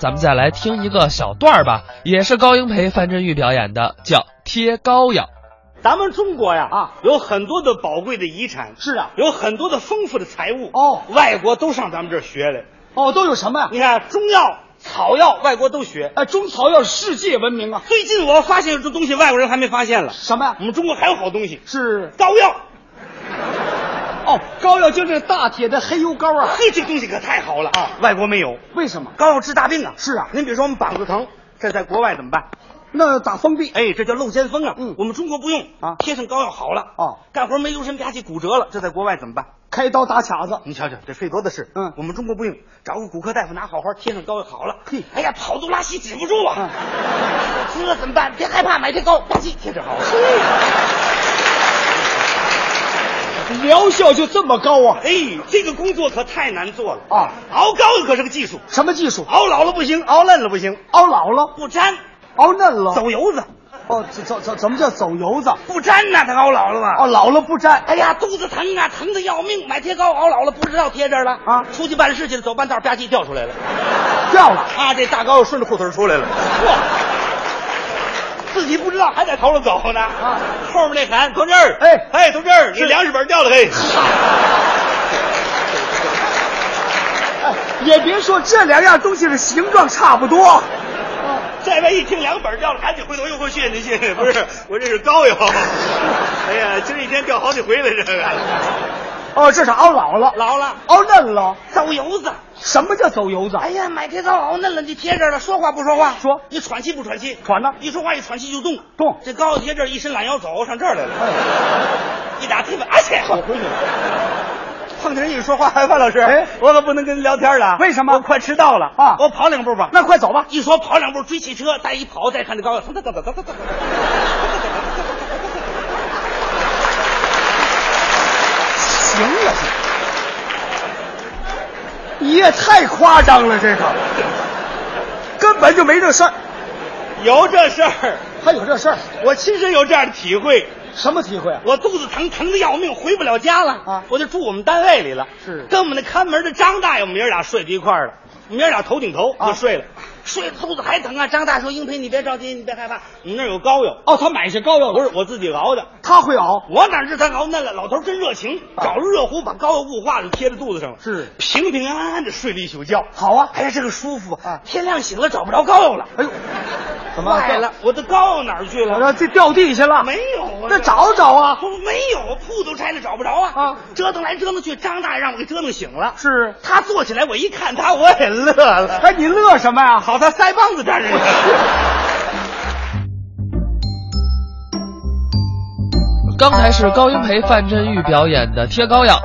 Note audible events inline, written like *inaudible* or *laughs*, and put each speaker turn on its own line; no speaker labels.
咱们再来听一个小段儿吧，也是高英培、范振钰表演的，叫《贴膏药》。
咱们中国呀
啊，
有很多的宝贵的遗产，
是啊
有很多的丰富的财物
哦
外国都上咱们这儿学来。
哦，都有什么呀？
你看中药、草药，外国都学。
呃，中草药世界闻名啊，
最近我发现这东西，外国人还没发现了。
什么呀
我？们中国还有好东西，
是
膏药。
哦，膏药就是大铁的黑油膏啊。
嘿，这个东西可太好了啊！外国没有，
为什么？
膏药治大病啊。
是啊
您比如说我们膀子疼，这在国外怎么办？
那打封闭，
哎，这叫漏肩风啊。
嗯
我们中国不用
啊
贴上膏药好了。
哦，
干活没留神吧唧骨折了，这在国外怎么办？
开刀打卡子，
你瞧瞧，这费多的是。
嗯
我们中国不用，找个骨科大夫拿好花贴上膏药好了。
嘿
哎呀，跑肚拉稀止不住啊！
嗯
*laughs* 吃了怎么办？别害怕，买贴膏，吧唧贴着好了。
啊疗效就这么高啊？
哎，这个工作可太难做了
啊！
熬膏药可是个技术，
什么技术？
熬老了不行，熬嫩了不行，
熬老了，
不粘
熬嫩了。
走油子，
哦，怎怎怎怎么叫走油子？
不粘呐，他熬老了
哦，
嘛。
老了不粘。
哎呀，肚子疼啊，疼的要命！买贴膏熬老了，不知道贴这儿了
啊
出去办事去了，走半道吧唧掉出来了，
掉了。
啊，这大膏药顺着裤腿儿出来了。自己不知道还在头上走呢。
啊
后面那喊同志儿，
哎
哎，同志儿，你粮食本掉了嘿。
哎，也别说这两样东西的形状差不多。
这边一听粮本掉了，赶紧回头又回去，你信
啊
不是？我这是膏药。哎呀，今儿一天掉好几回了，这个
哦，这是熬老了，
老了
熬嫩了。
走油子。
什么叫走油子？
哎呀，买贴膏熬嫩了，你贴这儿了，说话不说话？
说
你喘气不喘气？
喘呢
一说话一喘气就动。
动
这膏药贴这儿，一伸懒腰走上这儿来了，
哎，
一打贴板，哎切！
我回去了。
碰见人一说话，哎，范老师，
哎
我可不能跟您聊天了，
为什么
我快迟到了
啊
我跑两步吧。
那快走吧。
一说跑两步追汽车，再一跑再看这高个，噔噔噔噔噔噔噔。
行了，你也太夸张了，这个根本就没这事儿。
有这事儿，
还有这事儿？
我亲身有这样的体会。
什么体会啊？
我肚子疼，疼的要命，回不了家了
啊
我就住我们单位里了。
是
跟我们那看门的张大爷，我们爷儿俩睡在一块儿了。我们爷儿俩头顶头
啊
就睡了，睡得肚子还疼啊。张大说：“英培，你别着急，你别害怕，我们那儿有膏药。
哦，他买些膏药
不是我自己熬的，
他会熬。
我哪知他熬嫩了？老头真热情，找着热乎把膏药雾化了，贴在肚子上了，
啊是
平平安安的睡了一宿觉。
好啊，
哎呀，这个舒服
啊
天亮醒了找不着膏药了，
哎呦，怎么
坏了？，我的膏药哪儿去
我
了？
这这掉地下了。
没有啊，
那找找啊。
不没有，铺都拆了找不着啊！
啊
折腾来折腾去，张大爷让我给折腾醒了。
是
他坐起来，我一看他，我也乐了。
哎，你乐什么呀？
好，他腮帮子
*laughs*
沾着呢。
刚才是高英培、范振钰表演的《贴膏药》，